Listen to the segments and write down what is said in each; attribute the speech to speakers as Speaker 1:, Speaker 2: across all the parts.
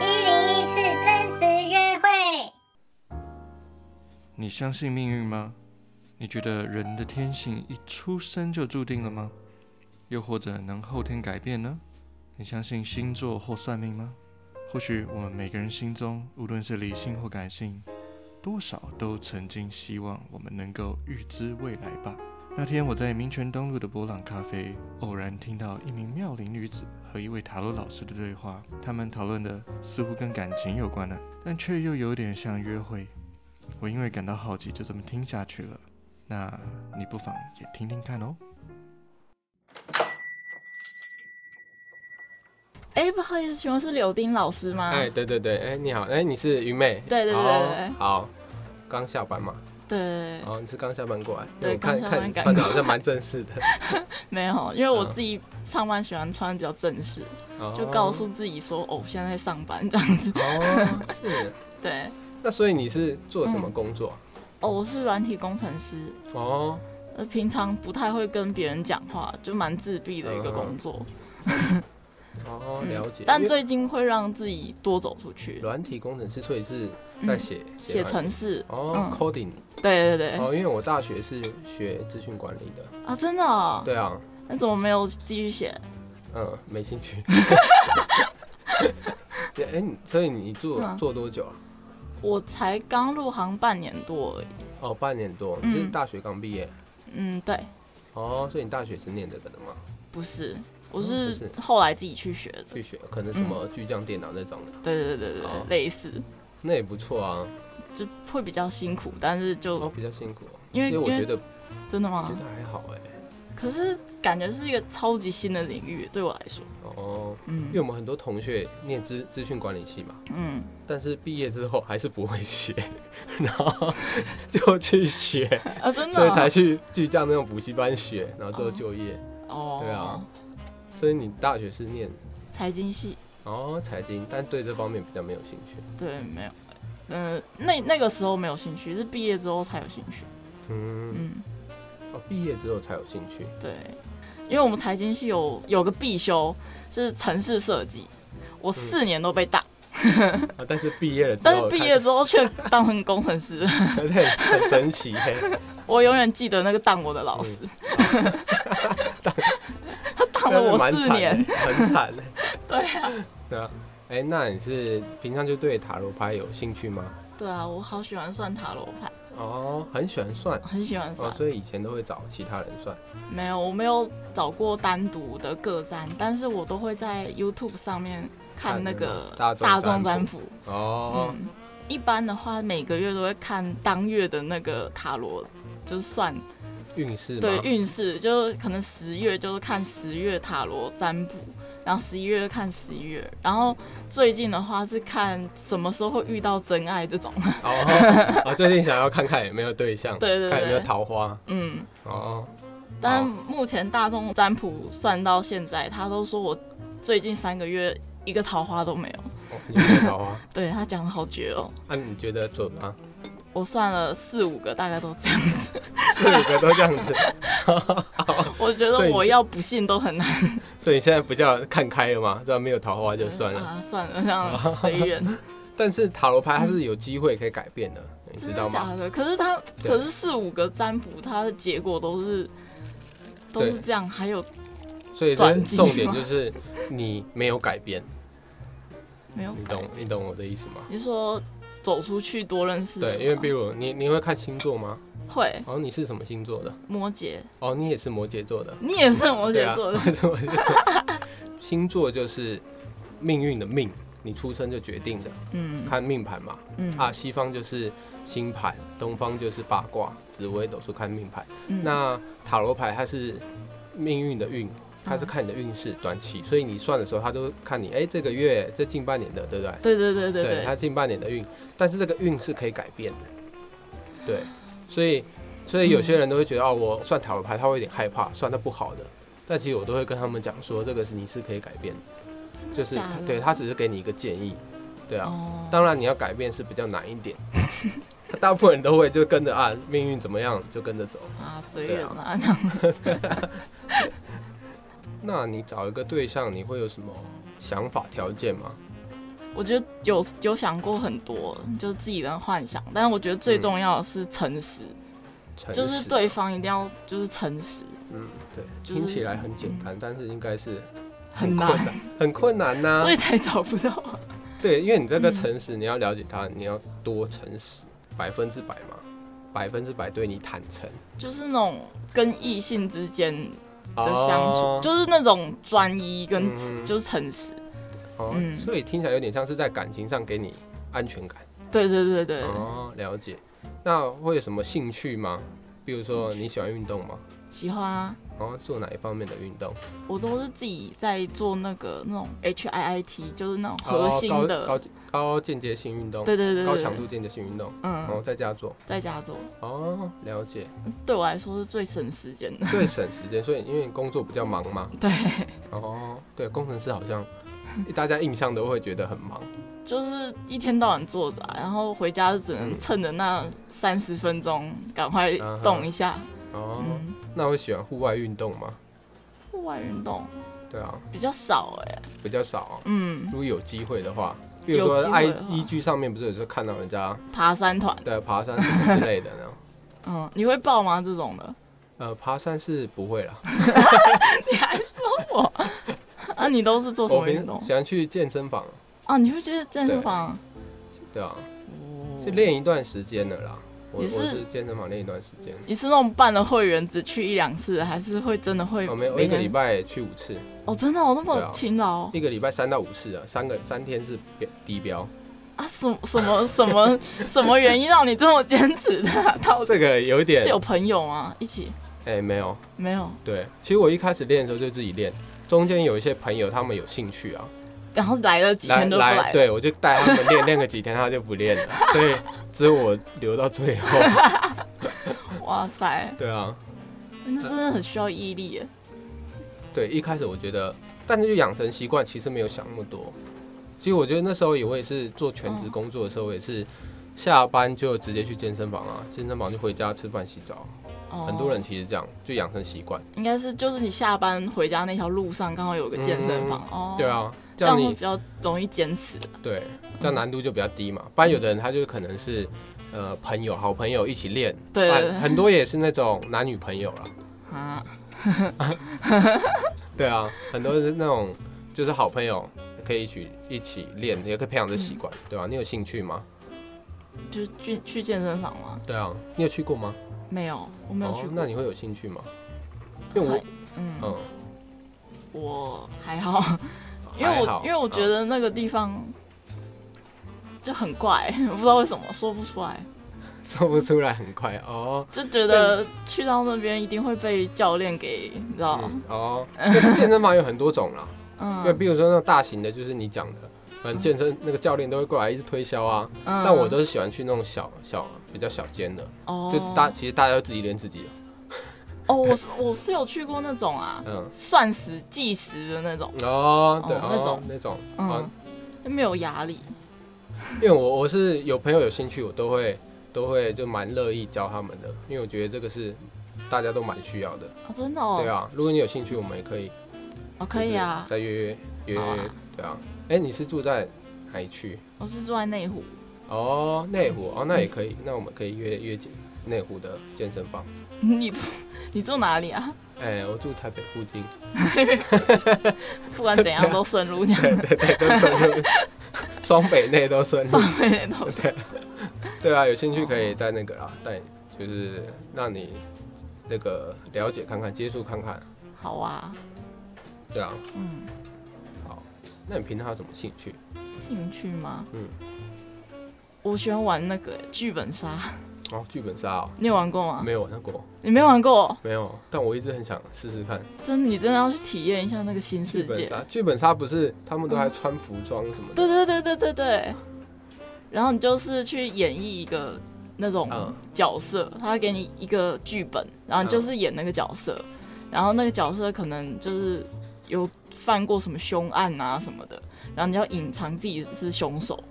Speaker 1: 一零一次真实约会。
Speaker 2: 你相信命运吗？你觉得人的天性一出生就注定了吗？又或者能后天改变呢？你相信星座或算命吗？或许我们每个人心中，无论是理性或感性，多少都曾经希望我们能够预知未来吧。那天我在民权东路的博朗咖啡，偶然听到一名妙龄女子和一位塔罗老师的对话，他们讨论的似乎跟感情有关呢、但却又有点像约会。我因为感到好奇，就这么听下去了。那你不妨也听听看哦。
Speaker 3: 哎、不好意思，请问是柳丁老师吗？
Speaker 4: 哎，对对对，哎，你好，哎，你是愚昧，
Speaker 3: 啊对对对对
Speaker 4: 哦
Speaker 3: 对
Speaker 4: 好，刚下班嘛，
Speaker 3: 对，
Speaker 4: 哦，你是刚下班过来，哎
Speaker 3: 对
Speaker 4: 我看
Speaker 3: 刚下班
Speaker 4: 看你
Speaker 3: 赶
Speaker 4: 穿的好像蛮正式的，
Speaker 3: 没有，因为我
Speaker 4: 嗯
Speaker 3: 自己上班喜欢穿比较正式，
Speaker 4: 哦
Speaker 3: 就告诉自己说，哦，现在在上班这样子。
Speaker 4: 哦，是，
Speaker 3: 对，
Speaker 4: 那所以你是做什
Speaker 3: 嗯
Speaker 4: 么工作？
Speaker 3: 哦，我是软体工程师，
Speaker 4: 哦，
Speaker 3: 呃，平常不太会跟别人讲话，就蛮自闭的一个工作。
Speaker 4: 哦，
Speaker 3: 嗯
Speaker 4: 了解，
Speaker 3: 但
Speaker 4: 因为
Speaker 3: 最近会让自己多走出去，
Speaker 4: 软体工程师，所以是在写
Speaker 3: 嗯写
Speaker 4: 软体
Speaker 3: 程式。
Speaker 4: 哦
Speaker 3: 嗯
Speaker 4: ，coding，
Speaker 3: 对对对，
Speaker 4: 哦，因为我大学是学资讯管理的，
Speaker 3: 啊，真的、哦？
Speaker 4: 对啊，
Speaker 3: 那怎么没有继续写？
Speaker 4: 嗯，没兴 趣。对，哎，你所以你做
Speaker 3: 嗯
Speaker 4: 做多久啊？
Speaker 3: 我才刚入行半年多而已。
Speaker 4: 哦，半年多，你是
Speaker 3: 嗯
Speaker 4: 大学刚毕业。
Speaker 3: 嗯，对，
Speaker 4: 哦，所以你大学是念这个的吗？
Speaker 3: 不是，我
Speaker 4: 嗯不
Speaker 3: 是
Speaker 4: 是
Speaker 3: 后来自己去学的。
Speaker 4: 去学可能什
Speaker 3: 嗯
Speaker 4: 么巨匠电脑那种的，
Speaker 3: 对对对对
Speaker 4: 哦
Speaker 3: 对，类似
Speaker 4: 那也不错啊，
Speaker 3: 就会比较辛苦，但是
Speaker 4: 哦，
Speaker 3: 就
Speaker 4: 比较辛苦。
Speaker 3: 因为
Speaker 4: 其实我
Speaker 3: 因为啊
Speaker 4: 觉得
Speaker 3: 真的
Speaker 4: 觉
Speaker 3: 吗
Speaker 4: 得？还好哎。
Speaker 3: 可是感觉是一个超级新的领域，对我来说，
Speaker 4: 哦，因
Speaker 3: 嗯
Speaker 4: 为我们很多同学念资资讯管理系嘛，
Speaker 3: 嗯，
Speaker 4: 但是毕业之后还是不会写， 然后 就去学，
Speaker 3: 啊，真的
Speaker 4: 所
Speaker 3: 哦、
Speaker 4: 以才去巨匠那种补习班学，然后之后
Speaker 3: 哦
Speaker 4: 就业。
Speaker 3: 哦，
Speaker 4: 对啊，所以你大学是念
Speaker 3: 财经系，
Speaker 4: 哦财经，但对这方面比较没有兴趣。
Speaker 3: 对，没有，嗯、那那个时候没有兴趣，是毕业之后才有兴趣，
Speaker 4: 嗯，
Speaker 3: 嗯，
Speaker 4: 哦，毕业之后才有兴趣。
Speaker 3: 对，因为我们财经系有有个必修是城市设计，我四年都被当，
Speaker 4: 啊，但是毕业嗯了之
Speaker 3: 但
Speaker 4: 后
Speaker 3: 是
Speaker 4: 看，
Speaker 3: 毕业之后却当成工程师了，
Speaker 4: 很很神奇 嘿。
Speaker 3: 我永远记得那个当我的老师，
Speaker 4: 嗯
Speaker 3: 他当了我四 年，
Speaker 4: 那是蛮惨的，很惨。
Speaker 3: 对啊。
Speaker 4: 对啊，哎、那你是平常就对塔罗牌有兴趣吗？
Speaker 3: 对啊，我好喜欢算塔罗牌，
Speaker 4: 哦，很喜欢算
Speaker 3: 很喜欢
Speaker 4: 哦，
Speaker 3: 算。
Speaker 4: 所以以前都会找其他人算。
Speaker 3: 没有，我没有找过单独的个占，但是我都会在 YouTube 上面看
Speaker 4: 看那
Speaker 3: 那个
Speaker 4: 种大众占
Speaker 3: 众
Speaker 4: 卜
Speaker 3: 占卜。
Speaker 4: 哦，
Speaker 3: 嗯，一般的话每个月都会看当月的那个塔罗，就是算
Speaker 4: 运势吗
Speaker 3: 对运势，就可能十月就是看十月塔罗占卜。然后十一月就看十一月，然后最近的话是看什么时候会遇到真爱这种，
Speaker 4: 哦，哦，最近想要看看有没有对象，
Speaker 3: 对对
Speaker 4: 看有没有
Speaker 3: 对
Speaker 4: 桃花。
Speaker 3: 嗯，
Speaker 4: 哦，
Speaker 3: 但目前大众占卜算到现在，他都说我最近三个月一个桃花都没有。
Speaker 4: 哦你有没有桃花？
Speaker 3: 对他讲的好绝哦，
Speaker 4: 那、你觉得准吗？
Speaker 3: 我算了四五个，大概都这样子。
Speaker 4: 四五个都这样子，
Speaker 3: 我觉
Speaker 4: 所
Speaker 3: 得
Speaker 4: 以你
Speaker 3: 我
Speaker 4: 是
Speaker 3: 要不信都很难。
Speaker 4: 所以你现在不叫看开了吗？知道没有桃花就算了。
Speaker 3: 啊，算了，这样随缘。
Speaker 4: 但是塔罗牌它是有机会可以改变的，你知
Speaker 3: 真
Speaker 4: 道
Speaker 3: 的
Speaker 4: 吗？
Speaker 3: 假的？可是他，
Speaker 4: 对
Speaker 3: 可是四五个占卜，他的结果都是都是
Speaker 4: 对
Speaker 3: 这样，还有
Speaker 4: 所以说
Speaker 3: 转机
Speaker 4: 重点
Speaker 3: 吗
Speaker 4: 就是你没有改变，
Speaker 3: 没有
Speaker 4: 你
Speaker 3: 改？
Speaker 4: 懂你懂我的意思吗？
Speaker 3: 你说走出去多认识人吗？
Speaker 4: 对，因为比如你你会看星座吗？
Speaker 3: 会
Speaker 4: 哦，你是什么星座的？
Speaker 3: 摩羯，
Speaker 4: 哦，你也是摩羯座的。
Speaker 3: 你也是摩羯座的
Speaker 4: 对啊，我 是摩羯座。星座就是命运的命，你出生就决定的，
Speaker 3: 嗯
Speaker 4: 看命盘嘛。
Speaker 3: 嗯
Speaker 4: 啊，西方就是星盘，东方就是八卦、紫微斗数看命盘。
Speaker 3: 嗯
Speaker 4: 那塔罗牌它是命运的运，它
Speaker 3: 嗯
Speaker 4: 是看你的运势短期，所以你算的时候，它都看你哎、这个月这近半年的，对不对？
Speaker 3: 对对对对
Speaker 4: 对，它近半年的运，但是这个运是可以改变的，对，所以所以有些人都会
Speaker 3: 嗯
Speaker 4: 觉得、哦，我算塔罗牌他会有点害怕，算的不好的，但其实我都会跟他们讲说，这个是你是可以改变的，
Speaker 3: 真的
Speaker 4: 就是
Speaker 3: 假的
Speaker 4: 对他只是给你一个建议，对啊，
Speaker 3: 哦，
Speaker 4: 当然你要改变是比较难一点， 大部分人都会就跟着啊命运怎么样就跟着走。
Speaker 3: 啊，随
Speaker 4: 对
Speaker 3: 缘
Speaker 4: 啊
Speaker 3: 啦，这 样
Speaker 4: 那你找一个对象，你会有什么想法条件吗？
Speaker 3: 我觉得有有想过很多，就是自己的幻想，但是我觉得最重要的是诚实，
Speaker 4: 嗯诚
Speaker 3: 就
Speaker 4: 实
Speaker 3: 是
Speaker 4: 啊
Speaker 3: 对，方一定要就是诚实，
Speaker 4: 嗯，对，
Speaker 3: 就是
Speaker 4: 听起来很简单，但是应该是
Speaker 3: 很
Speaker 4: 困
Speaker 3: 难，
Speaker 4: 难，啊很困难呐、
Speaker 3: 所以嗯才找不到。
Speaker 4: 对，因为你这个诚实，你要了解他，你要多诚实，百分之百嘛，百分之百对你坦诚
Speaker 3: 就是那种跟异性之间
Speaker 4: 的
Speaker 3: 的相处，就是那种专一跟、
Speaker 4: 哦嗯
Speaker 3: 就是诚实。
Speaker 4: 哦，
Speaker 3: 嗯
Speaker 4: 所以听起来有点像是在感情上给你安全感。
Speaker 3: 对对对对，
Speaker 4: 哦，了解。那会有什么兴趣吗？比如说你喜欢运动吗？
Speaker 3: 喜欢啊，
Speaker 4: 然后做哪一方面的运动？
Speaker 3: 我都是自己在做那个那种 H I I T，就是那种核心
Speaker 4: 哦
Speaker 3: 的，
Speaker 4: 高高高间接性运动，
Speaker 3: 对对对对，
Speaker 4: 高强度，哦间接性运动，然后
Speaker 3: 嗯，
Speaker 4: 在家做。
Speaker 3: 在家做，
Speaker 4: 哦，了解。
Speaker 3: 对我来说是最省时间的。
Speaker 4: 最省时间，所以因为你工作比较忙嘛。
Speaker 3: 对，
Speaker 4: 哦，对，工程师好 像大家印象都会觉得很忙。
Speaker 3: 就是一天到晚坐着啊、然后回家就只
Speaker 4: 嗯
Speaker 3: 能趁着那三十分钟赶快动一下。
Speaker 4: 哦，
Speaker 3: 嗯，
Speaker 4: 那会喜欢户外运动吗？
Speaker 3: 户外运动
Speaker 4: 对啊，
Speaker 3: 比较少哎、
Speaker 4: 比较少哦、
Speaker 3: 嗯
Speaker 4: 如，果有机会的话，比
Speaker 3: 有
Speaker 4: 如说
Speaker 3: 机会啊
Speaker 4: I
Speaker 3: 的话
Speaker 4: E G 上面不是有时候看到人家
Speaker 3: 爬山团，
Speaker 4: 在爬山什么之类的 呢？
Speaker 3: 嗯，你会报吗？这种的？
Speaker 4: 呃，爬山是不会啦，
Speaker 3: 你还说我？ 啊，你都是做什
Speaker 4: 我
Speaker 3: 么
Speaker 4: 平
Speaker 3: 运动？
Speaker 4: 喜欢去健身房，
Speaker 3: 啊，你会去健身房？
Speaker 4: 对啊，
Speaker 3: 哦
Speaker 4: 是练一段时间的啦。我我
Speaker 3: 你是
Speaker 4: 是健身房练一段时间，
Speaker 3: 你是那种办了会员只去一两次的，还是会真的会
Speaker 4: 哦我没有我
Speaker 3: 每
Speaker 4: 一个
Speaker 3: 天
Speaker 4: 礼拜去五次，
Speaker 3: 哦，真的我、那
Speaker 4: 对啊
Speaker 3: 么勤劳啊
Speaker 4: 一个礼拜三到五次啊，三个三天是标低标。
Speaker 3: 啊什么什么什么什么原因让你这么坚持的、啊？到底
Speaker 4: 这个有一点
Speaker 3: 是有朋友吗？一起
Speaker 4: 哎、没有，
Speaker 3: 没有？
Speaker 4: 对，其实我一开始练的时候就自己练，中间有一些朋友他们有兴趣啊，
Speaker 3: 然后来了几天都不
Speaker 4: 来
Speaker 3: 来了，
Speaker 4: 对我就带他们练，练个几天他就不练 了，所以只有我留到最后。
Speaker 3: 哇塞，
Speaker 4: 对啊，
Speaker 3: 那真的很需要毅力耶。
Speaker 4: 对，一开始我觉得，但是就养成习惯，其实没有想那么多。其实我觉得那时候也我也是做全职工作的时候，我也是下班就直接去健身房啊，健身房就回家吃饭洗澡。
Speaker 3: 哦
Speaker 4: 很多人其实这样就养成习惯。
Speaker 3: 应该是就是你下班回家那条路上刚好有个健身房、哦，
Speaker 4: 对，啊，
Speaker 3: 这
Speaker 4: 这
Speaker 3: 样
Speaker 4: 样
Speaker 3: 会
Speaker 4: 你
Speaker 3: 比较容易坚持。
Speaker 4: 对，这样难度就比较低嘛。不然有的人他就可能是呃朋友、好朋友一起练，
Speaker 3: 对
Speaker 4: 不然很多也是那种男女朋友啦。
Speaker 3: 啊，
Speaker 4: 对啊，很多是那种就是好朋友可以一起一起练，也可以培养这习
Speaker 3: 嗯
Speaker 4: 惯，对吧、啊你有兴趣吗？
Speaker 3: 就是去去健身房吗？
Speaker 4: 对啊，你有去过吗？
Speaker 3: 没有，我没有去
Speaker 4: 哦
Speaker 3: 过。。
Speaker 4: 那你会有兴趣吗？因为我
Speaker 3: 还嗯，
Speaker 4: 嗯，
Speaker 3: 我还好，因为
Speaker 4: 还
Speaker 3: 我
Speaker 4: 好嗯
Speaker 3: 因为我觉得那个地方就很怪， 我不知道为什么说不出来，
Speaker 4: 嗯 说不出来很快哦。
Speaker 3: 就觉得去到那边一定会被教练给，你知道
Speaker 4: 嗯哦，因为健身房有很多种啦，因为
Speaker 3: 嗯
Speaker 4: 比如说那种大型的，就是你讲的，可能健身那个教练都会过来一直推销啊。
Speaker 3: 嗯
Speaker 4: 但我都是喜欢去那种小小比较小间的，
Speaker 3: 哦
Speaker 4: 就大其实大家都自己练自己的，
Speaker 3: 哦，我是我是有去过那种啊，
Speaker 4: 嗯，
Speaker 3: 算时计时的那种，
Speaker 4: 哦，对，
Speaker 3: 哦
Speaker 4: 哦
Speaker 3: 那种
Speaker 4: 那种，
Speaker 3: 嗯
Speaker 4: 嗯，，
Speaker 3: 就没有压力，
Speaker 4: 因为我我是有朋友有兴趣，我都会都会就蛮乐意教他们的，因为我觉得这个是大家都蛮需要的，
Speaker 3: 啊，真的哦，
Speaker 4: 对啊，如果你有兴趣，我们也可以，
Speaker 3: 哦，可以啊
Speaker 4: 就是，再约约约
Speaker 3: 好
Speaker 4: 约
Speaker 3: 啊，
Speaker 4: 对啊，哎，你是住在哪一区？
Speaker 3: 我是住在内湖，
Speaker 4: 哦，内湖，哦，那也可以，那我们可以约约见内湖的健身房，
Speaker 3: 你住 你住哪里啊？
Speaker 4: 哎，我住台北附近，
Speaker 3: 不管怎样都顺路这样，
Speaker 4: 对对，都顺路，双北内都顺路
Speaker 3: 撞。北都是。
Speaker 4: 对啊，有兴趣可以在那个啦，带就是让你那个了解看看、接触看看，
Speaker 3: 好啊，
Speaker 4: 对啊。
Speaker 3: 嗯，
Speaker 4: 好，那你平常有什么兴趣？
Speaker 3: 兴趣吗？
Speaker 4: 嗯，
Speaker 3: 我喜欢玩那个欸剧本杀，
Speaker 4: 哦，剧本杀哦，
Speaker 3: 你有玩过吗？
Speaker 4: 没有玩过，
Speaker 3: 你没玩过，
Speaker 4: 没有，但我一直很想试试看
Speaker 3: 真的你真的要去体验一下那个新
Speaker 4: 剧
Speaker 3: 世
Speaker 4: 本
Speaker 3: 界。
Speaker 4: 杀。剧本杀不是他们都还穿服装什么的？
Speaker 3: 对对对对对对，然后你就是去演绎一个那种
Speaker 4: 嗯
Speaker 3: 角色，他会给你一个剧本，然后你就是演那个角色，然后那个角色可能就是有犯过什么凶案啊什么的，然后你要隐藏自己是凶手，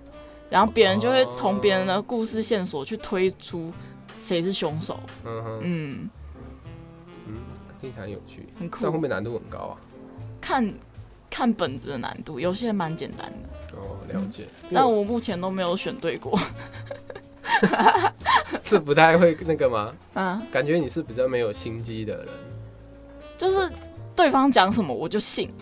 Speaker 3: 然后别人就会从别人的故事线索去推出谁是凶手。
Speaker 4: 嗯哼，
Speaker 3: 嗯，
Speaker 4: 嗯，听起来很有趣，
Speaker 3: 很
Speaker 4: 但会不
Speaker 3: 酷。
Speaker 4: 会难度很高啊？
Speaker 3: 看看本子的难度，有些蛮简单的，
Speaker 4: 哦，了解。
Speaker 3: 但嗯我目前都没有选对过。
Speaker 4: 是不太会那个吗？
Speaker 3: 啊，
Speaker 4: 感觉你是比较没有心机的人。
Speaker 3: 就是对方讲什么我就信，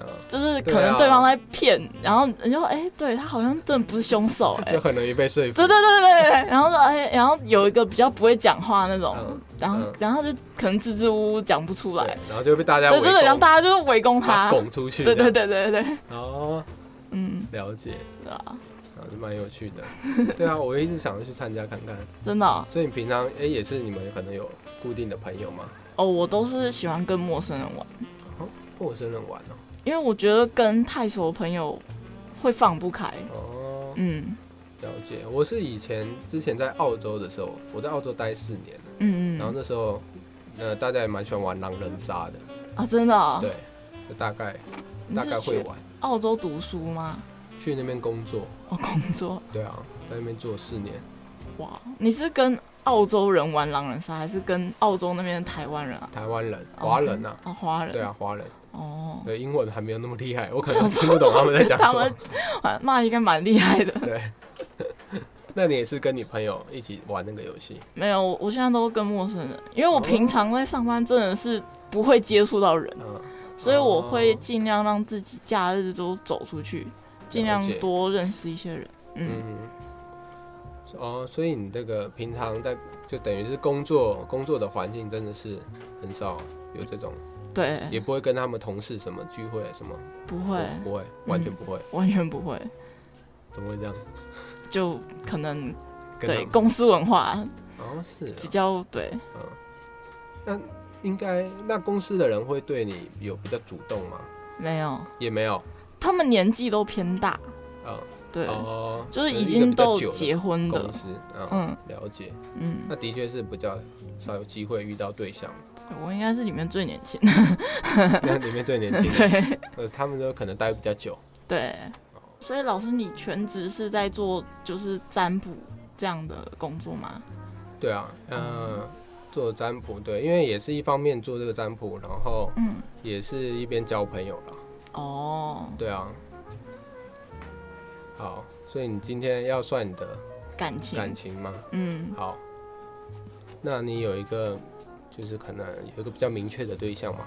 Speaker 4: 嗯
Speaker 3: 就是可
Speaker 4: 对啊
Speaker 3: 能对方在骗，然后你就说，哎、对他好像真的不是凶手、哎
Speaker 4: 就，很容易被说服。
Speaker 3: 对对对对对，对然后说，哎、然后有一个比较不会讲话那种，
Speaker 4: 嗯
Speaker 3: 然后、
Speaker 4: 嗯
Speaker 3: 然后就可能支支吾吾讲不出来
Speaker 4: 对，，然后就被大家围
Speaker 3: 对对对，然后
Speaker 4: 攻，
Speaker 3: 大家就围攻
Speaker 4: 把
Speaker 3: 他，
Speaker 4: 拱出去。
Speaker 3: 对对。对对对，对
Speaker 4: 哦，
Speaker 3: 嗯，
Speaker 4: 了解，
Speaker 3: 对啊，
Speaker 4: 啊，就蛮有趣的。 对啊，我一直想要去参加看看。
Speaker 3: 真的哦
Speaker 4: 所以你平常哎、也是你们可能有固定的朋友吗？
Speaker 3: 哦，我都是喜欢跟陌生人玩，
Speaker 4: 陌生人玩哦、
Speaker 3: 因为我觉得跟太熟的朋友会放不开，
Speaker 4: 哦，
Speaker 3: 嗯
Speaker 4: 了解。我是以前之前在澳洲的时候，我在澳洲待四年，
Speaker 3: 嗯
Speaker 4: 然后
Speaker 3: 嗯，
Speaker 4: 那时候呃大家也蛮喜欢玩狼人杀的，
Speaker 3: 啊，真的哦，
Speaker 4: 对，就大概
Speaker 3: 你
Speaker 4: 大概
Speaker 3: 是
Speaker 4: 会
Speaker 3: 去
Speaker 4: 玩。
Speaker 3: 澳洲读书吗？
Speaker 4: 去那边工作，
Speaker 3: 哦，工作。
Speaker 4: 对啊，在那边做四年。
Speaker 3: 哇，哦你是跟澳洲人玩狼人杀，还是跟澳洲那边的台湾人啊？
Speaker 4: 台湾人，华人呐、
Speaker 3: 啊，华人。
Speaker 4: 对啊，，华人，
Speaker 3: 哦，
Speaker 4: 对英文还没有那么厉害，我可能听不懂他们在讲
Speaker 3: 他
Speaker 4: 什
Speaker 3: 们
Speaker 4: 么。
Speaker 3: 骂啊应该蛮厉害的。
Speaker 4: 对， 那你也是跟你朋友一起玩那个游戏？
Speaker 3: 没有，我我现在都跟陌生人，因为我
Speaker 4: 哦
Speaker 3: 平常在上班真的是不会接触到人，
Speaker 4: 嗯，
Speaker 3: 所以我
Speaker 4: 哦
Speaker 3: 会尽量让自己假日都走出去，尽量
Speaker 4: 了解
Speaker 3: 多认识一些人。嗯，
Speaker 4: 嗯，哦，所以你这个平常在就等于是工作工作的环境真的是很少有这种，
Speaker 3: 对，
Speaker 4: 也不会跟他们同事什么聚会啊什么，
Speaker 3: 哎不会，嗯
Speaker 4: 不不会，完全不会，
Speaker 3: 完全不会，
Speaker 4: 怎么会这样？
Speaker 3: 就可能
Speaker 4: 跟他
Speaker 3: 对
Speaker 4: 们
Speaker 3: 公司文化
Speaker 4: 哦是哦
Speaker 3: 比较对。
Speaker 4: 嗯，那应该那公司的人会对你有比较主动吗？
Speaker 3: 没有，
Speaker 4: 也没有，
Speaker 3: 他们年纪都偏大，
Speaker 4: 嗯，
Speaker 3: 对，
Speaker 4: 哦，
Speaker 3: 就是
Speaker 4: 那
Speaker 3: 已
Speaker 4: 一个
Speaker 3: 经
Speaker 4: 比较
Speaker 3: 都
Speaker 4: 久的
Speaker 3: 结婚的
Speaker 4: 公，司，嗯，
Speaker 3: 嗯
Speaker 4: 了解，
Speaker 3: 嗯，
Speaker 4: 那的确是比较少有机会遇到对象，
Speaker 3: 我应该是里面最年轻，
Speaker 4: 那里面最年轻的，
Speaker 3: 对
Speaker 4: 呃，他们都可能待比较久，
Speaker 3: 对。所以老师，你全职是在做就是占卜这样的工作吗？
Speaker 4: 对啊，嗯。做占卜对，因为也是一方面做这个占卜，然后
Speaker 3: 嗯，
Speaker 4: 也是一边交朋友啦。
Speaker 3: 哦，
Speaker 4: 对啊，好，所以你今天要算你的
Speaker 3: 感情，
Speaker 4: 感情吗？
Speaker 3: 嗯，
Speaker 4: 好，那你有一个就是可能有一个比较明确的对象吗？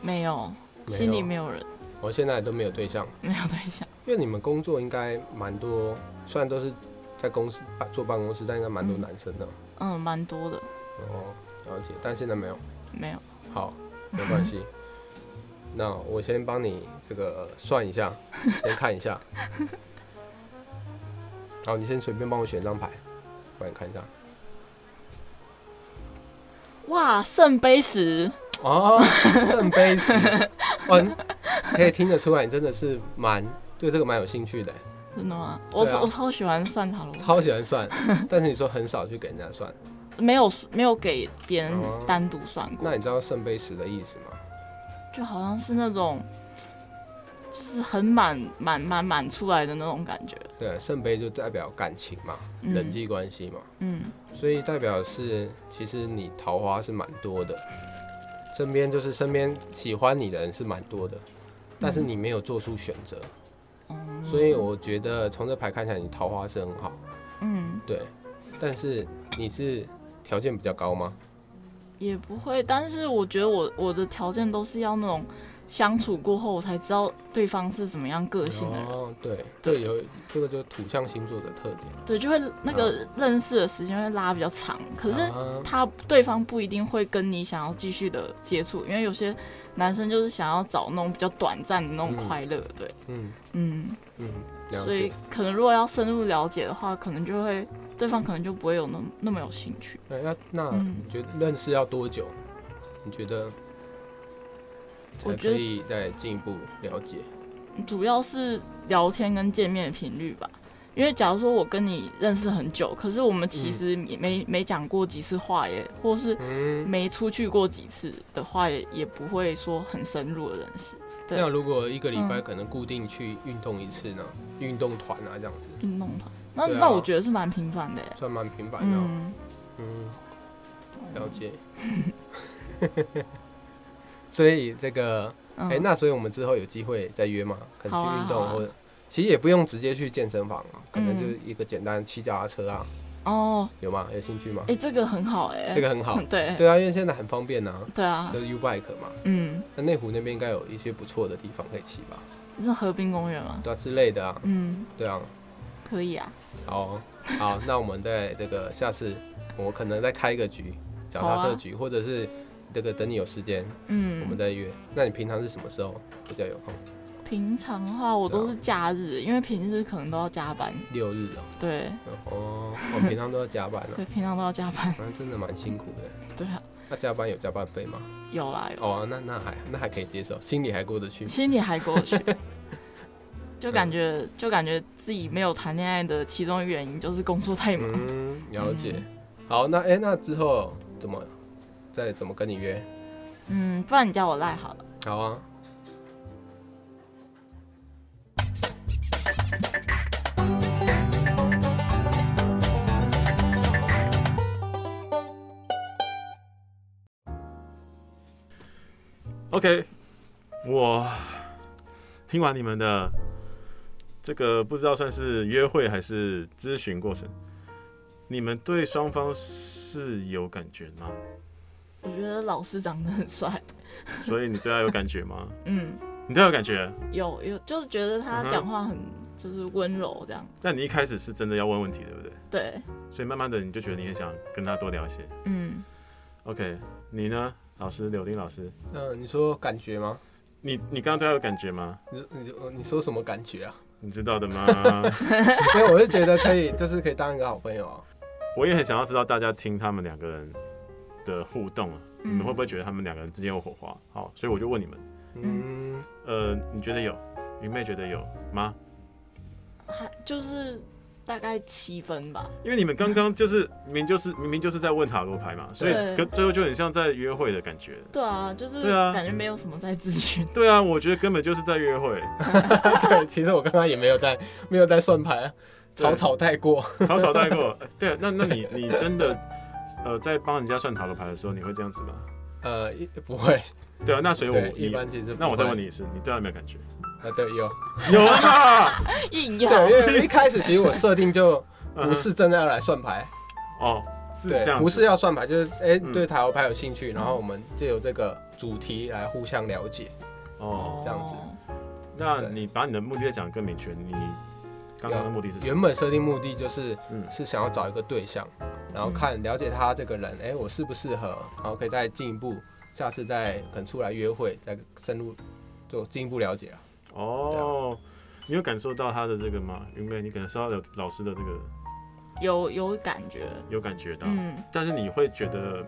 Speaker 3: 没有，
Speaker 4: 没有
Speaker 3: 心里没有人，
Speaker 4: 我现在都没有对象，
Speaker 3: 没有对象，
Speaker 4: 因为你们工作应该蛮多，虽然都是在公司啊坐办公室，但应该蛮多
Speaker 3: 嗯
Speaker 4: 男生的、
Speaker 3: 嗯，蛮多的，
Speaker 4: 哦，了解。但现在没有，
Speaker 3: 没有，
Speaker 4: 好，没关系。那我先帮你这个算一下，先看一下。好，你先随便帮我选张牌，帮你看一下。
Speaker 3: 哇，圣杯十，
Speaker 4: 哦，圣杯十，哇，可以听得出来，你真的是蛮对这个蛮有兴趣的，
Speaker 3: 真的吗？我、
Speaker 4: 对啊
Speaker 3: 我超喜欢算塔罗，
Speaker 4: 超喜欢算。但是你说很少去给人家算，
Speaker 3: 没有没有给别
Speaker 4: 哦
Speaker 3: 人单独算过
Speaker 4: 那，你知道圣杯十的意思吗？
Speaker 3: 就好像是那种，就是很满满满满出来的那种感觉。
Speaker 4: 对，圣杯就代表感情嘛，
Speaker 3: 嗯
Speaker 4: 人际关系嘛，
Speaker 3: 嗯，
Speaker 4: 所以代表是其实你桃花是蛮多的，身边就是身边喜欢你的人是蛮多的，但是你没有做出选择，
Speaker 3: 嗯
Speaker 4: 所以我觉得从这牌看起来你桃花是很好，
Speaker 3: 嗯
Speaker 4: 对，但是你是条件比较高吗？
Speaker 3: 也不会，但是我觉得我我的条件都是要那种相处过后我才知道对方是怎么样个性的人，
Speaker 4: 哦，对，这
Speaker 3: 对
Speaker 4: 有这个就是土象星座的特点。
Speaker 3: 对，就会那个认识的时间会拉比较长。可是
Speaker 4: 啊
Speaker 3: 他对方不一定会跟你想要继续的接触，因为有些男生就是想要找那种比较短暂的那种
Speaker 4: 嗯
Speaker 3: 快乐，对，
Speaker 4: 嗯
Speaker 3: 嗯。
Speaker 4: 嗯，了
Speaker 3: 所以
Speaker 4: 解。
Speaker 3: 可能如果要深入了解的话，可能就会对方可能就不会有那么那么有兴趣。
Speaker 4: 哎那那
Speaker 3: 嗯
Speaker 4: 你觉得认识要多久？你觉得才
Speaker 3: 我
Speaker 4: 可
Speaker 3: 觉得
Speaker 4: 以再进一步了解？
Speaker 3: 主要是聊天跟见面的频率吧。因为假如说我跟你认识很久，可是我们其实也没、没讲过几次话耶，或是
Speaker 4: 嗯，
Speaker 3: 没出去过几次的话也，也不会说很深入的认识。对
Speaker 4: 那如果一个礼拜
Speaker 3: 嗯
Speaker 4: 可能固定去运动一次呢？运动团啊，这样子
Speaker 3: 运动团，那、
Speaker 4: 对啊
Speaker 3: 那我觉得是蛮频繁的耶。
Speaker 4: 算蛮频繁的哦。
Speaker 3: 嗯，哦
Speaker 4: 嗯， 了解。所以这个
Speaker 3: 嗯
Speaker 4: 哎、那所以我们之后有机会再约嘛？可能
Speaker 3: 好啊
Speaker 4: 去运动，
Speaker 3: 好啊
Speaker 4: 或者其实也不用直接去健身房啊，可能
Speaker 3: 嗯
Speaker 4: 就是一个简单骑脚踏车啊，
Speaker 3: 哦，
Speaker 4: 有吗？有兴趣吗
Speaker 3: 哎、？这个很好哎、
Speaker 4: 这个很好
Speaker 3: 嗯， 对
Speaker 4: 对啊，因为现在很方便呐、
Speaker 3: 对啊
Speaker 4: 就是 U Bike 嘛。
Speaker 3: 嗯，
Speaker 4: 那内湖那边应该有一些不错的地方可以骑吧？
Speaker 3: 是河滨公园吗？
Speaker 4: 对啊，之类的啊，
Speaker 3: 嗯，
Speaker 4: 对啊。
Speaker 3: 可以啊，
Speaker 4: 好哦，好，那我们在这个下次，我可能再开一个局，脚
Speaker 3: 好
Speaker 4: 踏
Speaker 3: 啊
Speaker 4: 车局，或者是这个等你有时间，我们
Speaker 3: 嗯，
Speaker 4: 再约。那你平常是什么时候比较有空？
Speaker 3: 平常的话我
Speaker 4: 啊
Speaker 3: 都是假日，因为平日可能都要加班，
Speaker 4: 六日哦，
Speaker 3: 对，
Speaker 4: 哦，我平常都要加班
Speaker 3: 对，
Speaker 4: 啊，
Speaker 3: 平常都要加班，
Speaker 4: 反正真的蛮辛苦的。
Speaker 3: 对啊，
Speaker 4: 那加班有加班费吗？
Speaker 3: 有啦有，
Speaker 4: 哦，那那还那还可以接受，心里还过得去。
Speaker 3: 心里还过得 去。就感觉就感觉自己没有谈恋爱的其中一个原因就是工作太忙，
Speaker 4: 嗯，了解。好，那哎、那之后怎么再怎么跟你约？
Speaker 3: 嗯，不然你加我赖好了。
Speaker 4: 好啊，
Speaker 5: OK，我听完你们的这个，不知道算是约会还是咨询过程，你们对双方是有感觉吗？
Speaker 3: 我觉得老师长得很帅，
Speaker 5: 所以你对他有感觉吗？
Speaker 3: 嗯，
Speaker 5: 你对他有感觉，
Speaker 3: 有有就是觉得他
Speaker 5: 嗯哼
Speaker 3: 讲话很就是温柔这样，
Speaker 5: 但你一开始是真的要问问题，对不对？
Speaker 3: 对，
Speaker 5: 所以慢慢的你就觉得你很想跟他多聊一些。
Speaker 3: 嗯，
Speaker 5: OK，你呢，老师柳丁老师，
Speaker 4: 那你说感觉吗？
Speaker 5: 你你刚刚对他有感觉吗？
Speaker 4: 你说你说你说什么感觉啊？
Speaker 5: 你知道的吗？
Speaker 4: 没有，我是觉得可以，就是可以当一个好朋友啊。
Speaker 5: 我也很想要知道大家听他们两个人的互动啊，你
Speaker 3: 嗯
Speaker 5: 们会不会觉得他们两个人之间有火花？好，所以我就问你们，
Speaker 4: 嗯，
Speaker 5: 呃，你觉得有？云妹觉得有吗？
Speaker 3: 还就是大概七分吧，
Speaker 5: 因为你们刚刚就是明明就是明明就是在问塔罗牌嘛，所以
Speaker 3: 对
Speaker 5: 可最后就很像在约会的感觉。
Speaker 3: 对啊，就是
Speaker 5: 对啊
Speaker 3: 感觉没有什么在咨询，
Speaker 5: 对啊，我觉得根本就是在约会，
Speaker 4: 对，其实我刚刚也没有在没有在算盘啊，
Speaker 5: 对
Speaker 4: 草草带过。
Speaker 5: 草草带过。呃对啊，那那你你真的呃在帮人家算塔罗牌的时候，你会这样子吗？
Speaker 4: 呃，一不会，
Speaker 5: 对啊，那所以我
Speaker 4: 对，一
Speaker 5: 你
Speaker 4: 般其实不会
Speaker 5: 那我再问你一次，你对他有没有感觉？
Speaker 4: 啊，对，有，
Speaker 5: 有啊嘛，
Speaker 3: 硬要
Speaker 4: 对，哦因为一开始其实我设定就
Speaker 5: 嗯
Speaker 4: 不是真的要来算牌，
Speaker 5: 哦， 是
Speaker 4: 对
Speaker 5: 这样，子，
Speaker 4: 不是要算牌，就是哎
Speaker 5: 嗯
Speaker 4: 对塔罗牌有兴趣，然后我们就有这个主题来互相了解。
Speaker 5: 哦。
Speaker 4: 这样子
Speaker 5: 那
Speaker 4: 对
Speaker 5: 你把你的目的再讲得更明确，你刚刚的目的是什么？
Speaker 4: 原本设定目的就是
Speaker 5: 嗯
Speaker 4: 是想要找一个对象，然后看了解他这个人，哎，我适不适合，然后可以再进一步，下次再可能出来约会，再深入就进一步了解啊。
Speaker 5: 哦，你有感受到他的这个吗？云妹，你感受到老老师的这个
Speaker 3: 有有感觉，
Speaker 5: 有感觉到，
Speaker 3: 嗯
Speaker 5: 但是你会觉得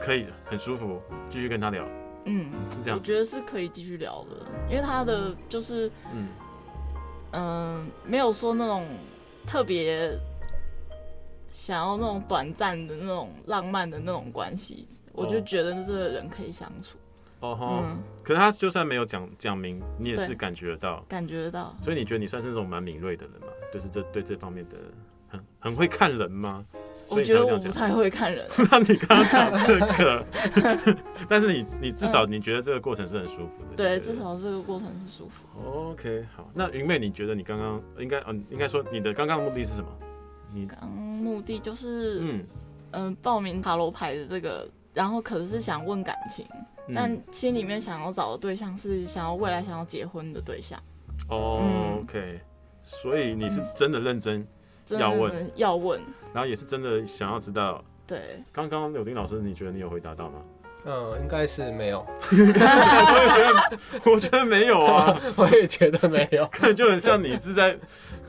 Speaker 5: 可以很舒服，继续跟他聊，
Speaker 3: 嗯，
Speaker 5: 是
Speaker 3: 我
Speaker 5: 这样子。
Speaker 3: 觉得是可以继续聊的，因为他的就是
Speaker 5: 嗯，
Speaker 3: 嗯、没有说那种特别想要那种短暂的那种浪漫的那种关系，我就
Speaker 5: 哦
Speaker 3: 觉得这个人可以相处，
Speaker 5: 哦吼，
Speaker 3: 嗯，
Speaker 5: 可是他就算没有讲讲明，你也是
Speaker 3: 对
Speaker 5: 感觉得到，
Speaker 3: 感觉得到。
Speaker 5: 所以你觉得你算是那种蛮敏锐的人嘛？就是这对这方面的很很会看人吗？所
Speaker 3: 我
Speaker 5: 以你
Speaker 3: 觉
Speaker 5: 才
Speaker 3: 得
Speaker 5: 会这
Speaker 3: 我
Speaker 5: 样
Speaker 3: 不
Speaker 5: 讲。
Speaker 3: 太会看 人，
Speaker 5: 那你刚刚讲这 个，但是你你至少你觉得这个过程是很舒服的，
Speaker 3: 对，
Speaker 5: 不
Speaker 3: 至。少这个过程是舒服。
Speaker 5: OK，好，那云妹，你觉得你刚刚应该嗯，应该说你的刚刚的目的是什么？你
Speaker 3: 刚目的就是嗯、
Speaker 5: 嗯，
Speaker 3: 报名塔罗牌的这个，然后可是想问感情，
Speaker 5: 嗯
Speaker 3: 但心里面想要找的对象是想要未来想要结婚的对象，
Speaker 5: 哦
Speaker 3: 嗯
Speaker 5: OK，所以你是真的认真，
Speaker 3: 真
Speaker 5: 要
Speaker 3: 的
Speaker 5: 问
Speaker 3: 要问，
Speaker 5: 然后也是真的想要知道。
Speaker 3: 对，
Speaker 5: 刚刚柳丁老师，你觉得你有回答到吗？
Speaker 4: 嗯，应该是没有，
Speaker 5: 我也觉得，我觉得没有 啊，
Speaker 4: 我也觉得没 有。
Speaker 5: 看就很像你是在，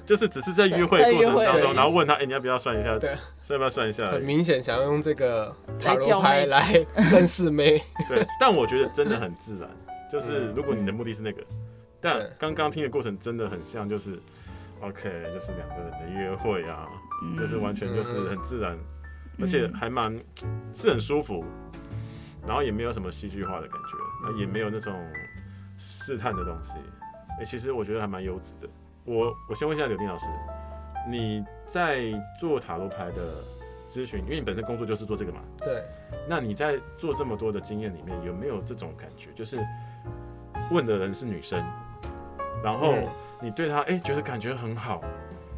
Speaker 5: 就是只是在约会
Speaker 3: 在
Speaker 5: 过程
Speaker 3: 约会
Speaker 5: 当
Speaker 4: 而
Speaker 5: 中，
Speaker 4: 已
Speaker 5: 然后问他，哎、你要不要算一下？
Speaker 4: 对，
Speaker 5: 要不要算一下而
Speaker 4: 很
Speaker 5: 已？
Speaker 4: 明显想要用这个塔
Speaker 3: 来
Speaker 4: 罗
Speaker 3: 钓
Speaker 4: 牌
Speaker 3: 妹
Speaker 4: 来认识妹。
Speaker 5: 对，但我觉得真的很自然。就是
Speaker 4: 嗯
Speaker 5: 如果你的目的是那个，但
Speaker 4: 对
Speaker 5: 刚刚听的过程真的很像，就是 OK，就是两个人的约会啊，
Speaker 3: 嗯
Speaker 5: 就是完全就是很自然，
Speaker 3: 嗯
Speaker 5: 而且还蛮是很舒服，然后也没有什么戏剧化的感觉，那也没有那种试探的东西。哎、其实我觉得还蛮优质的。我我先问一下柳丁老师，你在做塔罗牌的咨询，因为你本身工作就是做这个嘛，
Speaker 4: 对，
Speaker 5: 那你在做这么多的经验里面，有没有这种感觉，就是问的人是女生，然后
Speaker 4: 嗯
Speaker 5: 你对她哎、诶觉得感觉很好，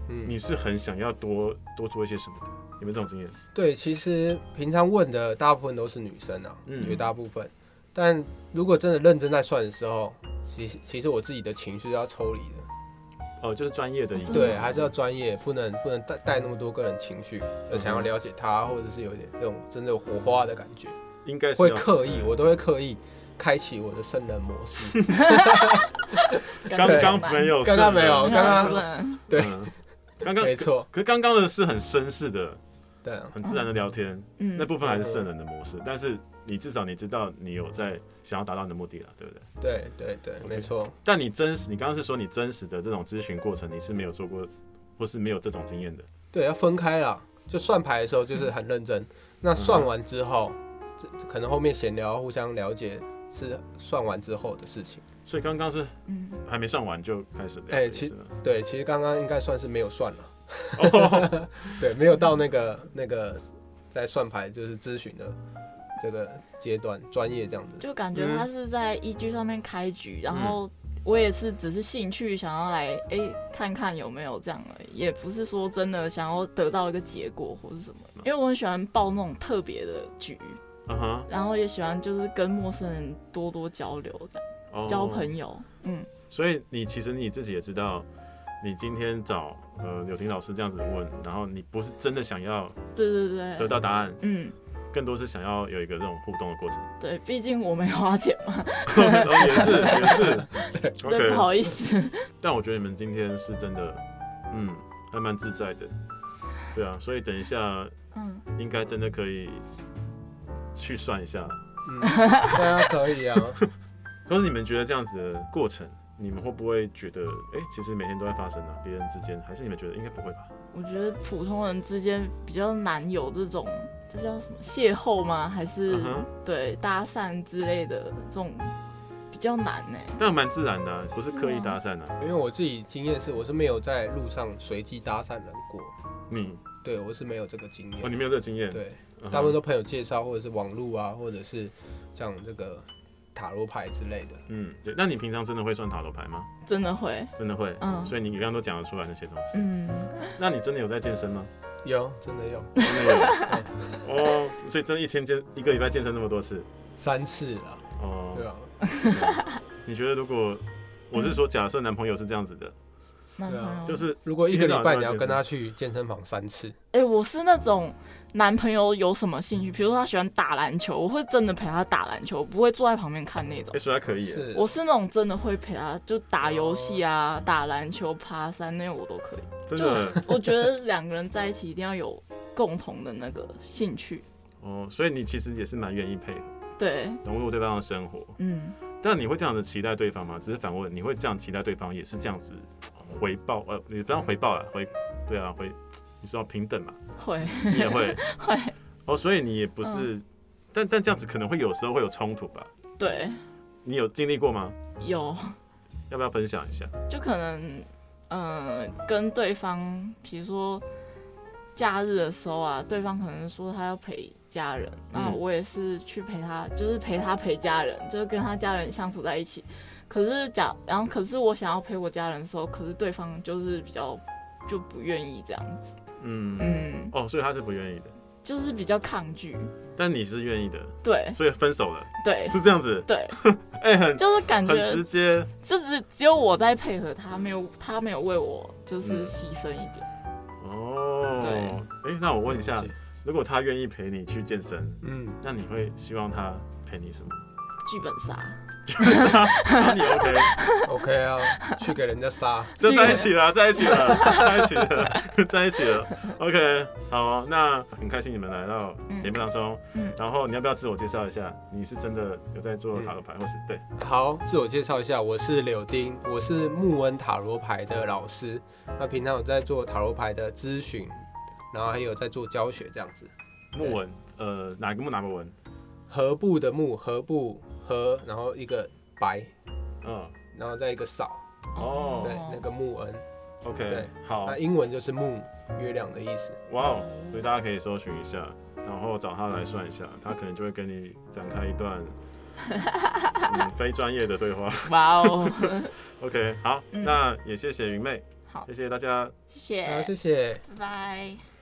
Speaker 4: 嗯，
Speaker 5: 你是很想要多多做一些什么的，有没有这种经验？
Speaker 4: 对，其实平常问的大部分都是女生啊，
Speaker 5: 嗯
Speaker 4: 绝大部分。但如果真的认真在算的时候，其实其实我自己的情绪是要抽离的，
Speaker 5: 哦、就是专业的
Speaker 3: 哦
Speaker 5: 影，
Speaker 3: 真的
Speaker 4: 对，
Speaker 3: 吗
Speaker 4: 还是要专业，不能不能带带那么多个人情绪，而想要
Speaker 5: 嗯
Speaker 4: 了解他，或者是有点那种真的有火花的感觉，
Speaker 5: 应该是哦
Speaker 4: 会
Speaker 5: 要嗯
Speaker 4: 刻意，我都会刻意开启我的圣人模式。
Speaker 5: 刚刚
Speaker 3: 吧
Speaker 5: 没有
Speaker 4: 刚刚没有
Speaker 3: 嗯
Speaker 4: 刚刚
Speaker 3: 嗯
Speaker 4: 对
Speaker 5: 嗯刚刚
Speaker 4: 没错，
Speaker 5: 可是刚刚的是很绅士的、
Speaker 4: 对啊，
Speaker 5: 很自然的聊天，
Speaker 3: 嗯
Speaker 5: 那部分还是圣人的模式。但是你至少你知道你有在想要达到你的目的了，对不对？
Speaker 4: 对对对，没错，
Speaker 5: 但你真实，你刚刚是说你真实的这种咨询过程，你是没有做过，或是没有这种经验的。
Speaker 4: 对，要分开啦。就算牌的时候就是很认真，那算完之后，这这可能后面闲聊、互相了解是算完之后的事情。
Speaker 5: 所以刚刚是
Speaker 3: 嗯
Speaker 5: 还没上完就开始聊
Speaker 4: 哎
Speaker 5: 的意
Speaker 4: 其
Speaker 5: 思吗，
Speaker 4: 对，其实刚刚应该算是没有算了，
Speaker 5: 哦，
Speaker 4: 对，没有到那个那个在算牌就是咨询的这个阶段，专业这样子。
Speaker 3: 就感觉他是在 EG 上面开局，然
Speaker 5: 嗯
Speaker 3: 后我也是只是兴趣想要来哎、看看有没有这样而已，也不是说真的想要得到一个结果或是什么，因为我很喜欢报那种特别的局，
Speaker 5: 嗯哼
Speaker 3: 然后也喜欢就是跟陌生人多多交流，这样，
Speaker 5: 哦
Speaker 3: 交朋友，嗯，
Speaker 5: 所以你其实你自己也知道，你今天找呃柳婷老师这样子问，然后你不是真的想要
Speaker 3: 对对
Speaker 5: 得
Speaker 3: 对，
Speaker 5: 到答案，
Speaker 3: 嗯，
Speaker 5: 更多是想要有一个这种互动的过 程。
Speaker 3: 对，毕竟我没花钱嘛，
Speaker 5: 哦， 也是也是
Speaker 3: 对，不
Speaker 5: ，OK。
Speaker 3: 好意思，
Speaker 5: 但我觉得你们今天是真的，嗯，还蛮自在的，对啊。所以等一下
Speaker 3: 嗯，
Speaker 5: 应该真的可以去算一下。
Speaker 4: 嗯，对啊，可以啊。
Speaker 5: 可是你们觉得这样子的过程，你们会不会觉得，哎、其实每天都在发生啊，别人之间，还是你们觉得应该不会吧？
Speaker 3: 我觉得普通人之间比较难有这种，这叫什么邂逅吗？还是、
Speaker 5: 嗯哼
Speaker 3: 对搭讪之类的这种比较难呢、
Speaker 5: 但蛮自然的啊、不是刻意搭讪啊。
Speaker 4: 因为我自己经验是，我是没有在路上随机搭讪人过，
Speaker 5: 你
Speaker 4: 对我是没有这个经
Speaker 5: 哦，你
Speaker 4: 验。
Speaker 5: 没有这个经验，
Speaker 4: 嗯对，
Speaker 5: 嗯哼，
Speaker 4: 大部分都朋友介绍，或者是网络啊，或者是像这个塔罗牌之类的。
Speaker 5: 嗯，对。那你平常真的会算塔罗牌吗？
Speaker 3: 真的会，
Speaker 5: 真的会，
Speaker 3: 嗯
Speaker 5: 所以你刚刚都讲得出来那些东西。
Speaker 3: 嗯，
Speaker 5: 那你真的有在健身 吗？
Speaker 4: 有，真的有
Speaker 5: 真的有哦，所以真的一天健一个礼拜健身那么多次
Speaker 4: 三次了，
Speaker 5: 哦。
Speaker 4: 对啊，
Speaker 5: 你觉得如果我是说，假设男朋友是这样子的，
Speaker 3: 男朋
Speaker 4: 嗯
Speaker 3: 友
Speaker 5: 就是
Speaker 4: 如果一个礼拜你要
Speaker 5: 一天到
Speaker 4: 跟他
Speaker 5: 晚都在健身
Speaker 4: 去健身房三次，
Speaker 3: 哎、我是那种男朋友有什么兴趣，比如说他喜欢打篮球，我会真的陪他打篮球，不会坐在旁边看那种
Speaker 5: 哎、。所以他可以耶，
Speaker 4: 是
Speaker 3: 我是那种真的会陪他，就打游戏啊、打篮球、爬山那种我都可以。
Speaker 5: 真的
Speaker 3: 我觉得两个人在一起一定要有共同的那个兴趣。
Speaker 5: 哦。所以你其实也是蛮愿意配合
Speaker 3: 对，
Speaker 5: 融入对方的生活，
Speaker 3: 嗯，
Speaker 5: 但你会这样的期待对方吗？只是反问，你会这样期待对方也是这样子回报？呃，你不要回报啊，回对啊，回你说要平等嘛，
Speaker 3: 会
Speaker 5: 你也会
Speaker 3: 会，嗯
Speaker 5: 哦，所以你也不是，但但这样子可能会有时候会有冲突吧？
Speaker 3: 对，
Speaker 5: 你有经历过吗？
Speaker 3: 有
Speaker 5: 要不要分享一下？
Speaker 3: 就可能，嗯、跟对方，比如说假日的时候啊，对方可能说他要陪家人，那
Speaker 5: 嗯
Speaker 3: 我也是去陪他，就是陪他陪家人，就是跟他家人相处在一起。可是假，然后可是我想要陪我家人的时候，可是对方就是比较就不愿意这样子，
Speaker 5: 嗯
Speaker 3: 嗯，
Speaker 5: 哦，所以他是不愿意的，
Speaker 3: 就是比较抗拒，
Speaker 5: 但你是愿意的，
Speaker 3: 对
Speaker 5: 所以分手 了，
Speaker 3: 对
Speaker 5: 是这样子，
Speaker 3: 对，
Speaker 5: 哎、很
Speaker 3: 就是感
Speaker 5: 很
Speaker 3: 觉
Speaker 5: 直接。
Speaker 3: 这只只有我在配合他，没有他没有为我就是
Speaker 5: 嗯
Speaker 3: 牺牲一点，
Speaker 5: 哦，哎、那我问一下
Speaker 4: 了解，
Speaker 5: 如果他愿意陪你去健身，
Speaker 4: 嗯，
Speaker 5: 那你会希望他陪你什么？
Speaker 3: 剧本杀。
Speaker 5: 然后你 OK，
Speaker 4: OK 啊， 去给人家杀，
Speaker 5: 就在一起了，在一起了，在一起了， 在一起了。OK，好，那很开心你们来到节目当中。
Speaker 3: 嗯
Speaker 5: 然后你要不要自我介绍一下？你是真的有在做塔罗牌，或是对？
Speaker 4: 好，自我介绍一下，我是柳丁，我是木恩塔罗牌的老师。那平常有在做塔罗牌的咨询，然后还有在做教学这样子。
Speaker 5: 木纹，呃，哪个木哪个纹？
Speaker 4: 禾部的木，禾部禾，然后一个白，
Speaker 5: 嗯
Speaker 4: 然后再一个扫，
Speaker 5: 哦
Speaker 4: 对，那个木恩，
Speaker 5: ，OK，
Speaker 4: 对哎
Speaker 5: 好
Speaker 4: 那，英文就是 moon，月亮的意思。
Speaker 5: 哇哦，所以大家可以搜寻一下，然后找他来算一下，他可能就会跟你展开一段 嗯，非专业的对话。
Speaker 3: 哇哦，
Speaker 5: OK，好，
Speaker 3: 嗯
Speaker 5: 那也谢谢云妹，
Speaker 3: 好
Speaker 5: 谢谢大家。
Speaker 3: 谢
Speaker 4: 好，
Speaker 3: 谢，
Speaker 4: 谢谢。
Speaker 3: 拜拜。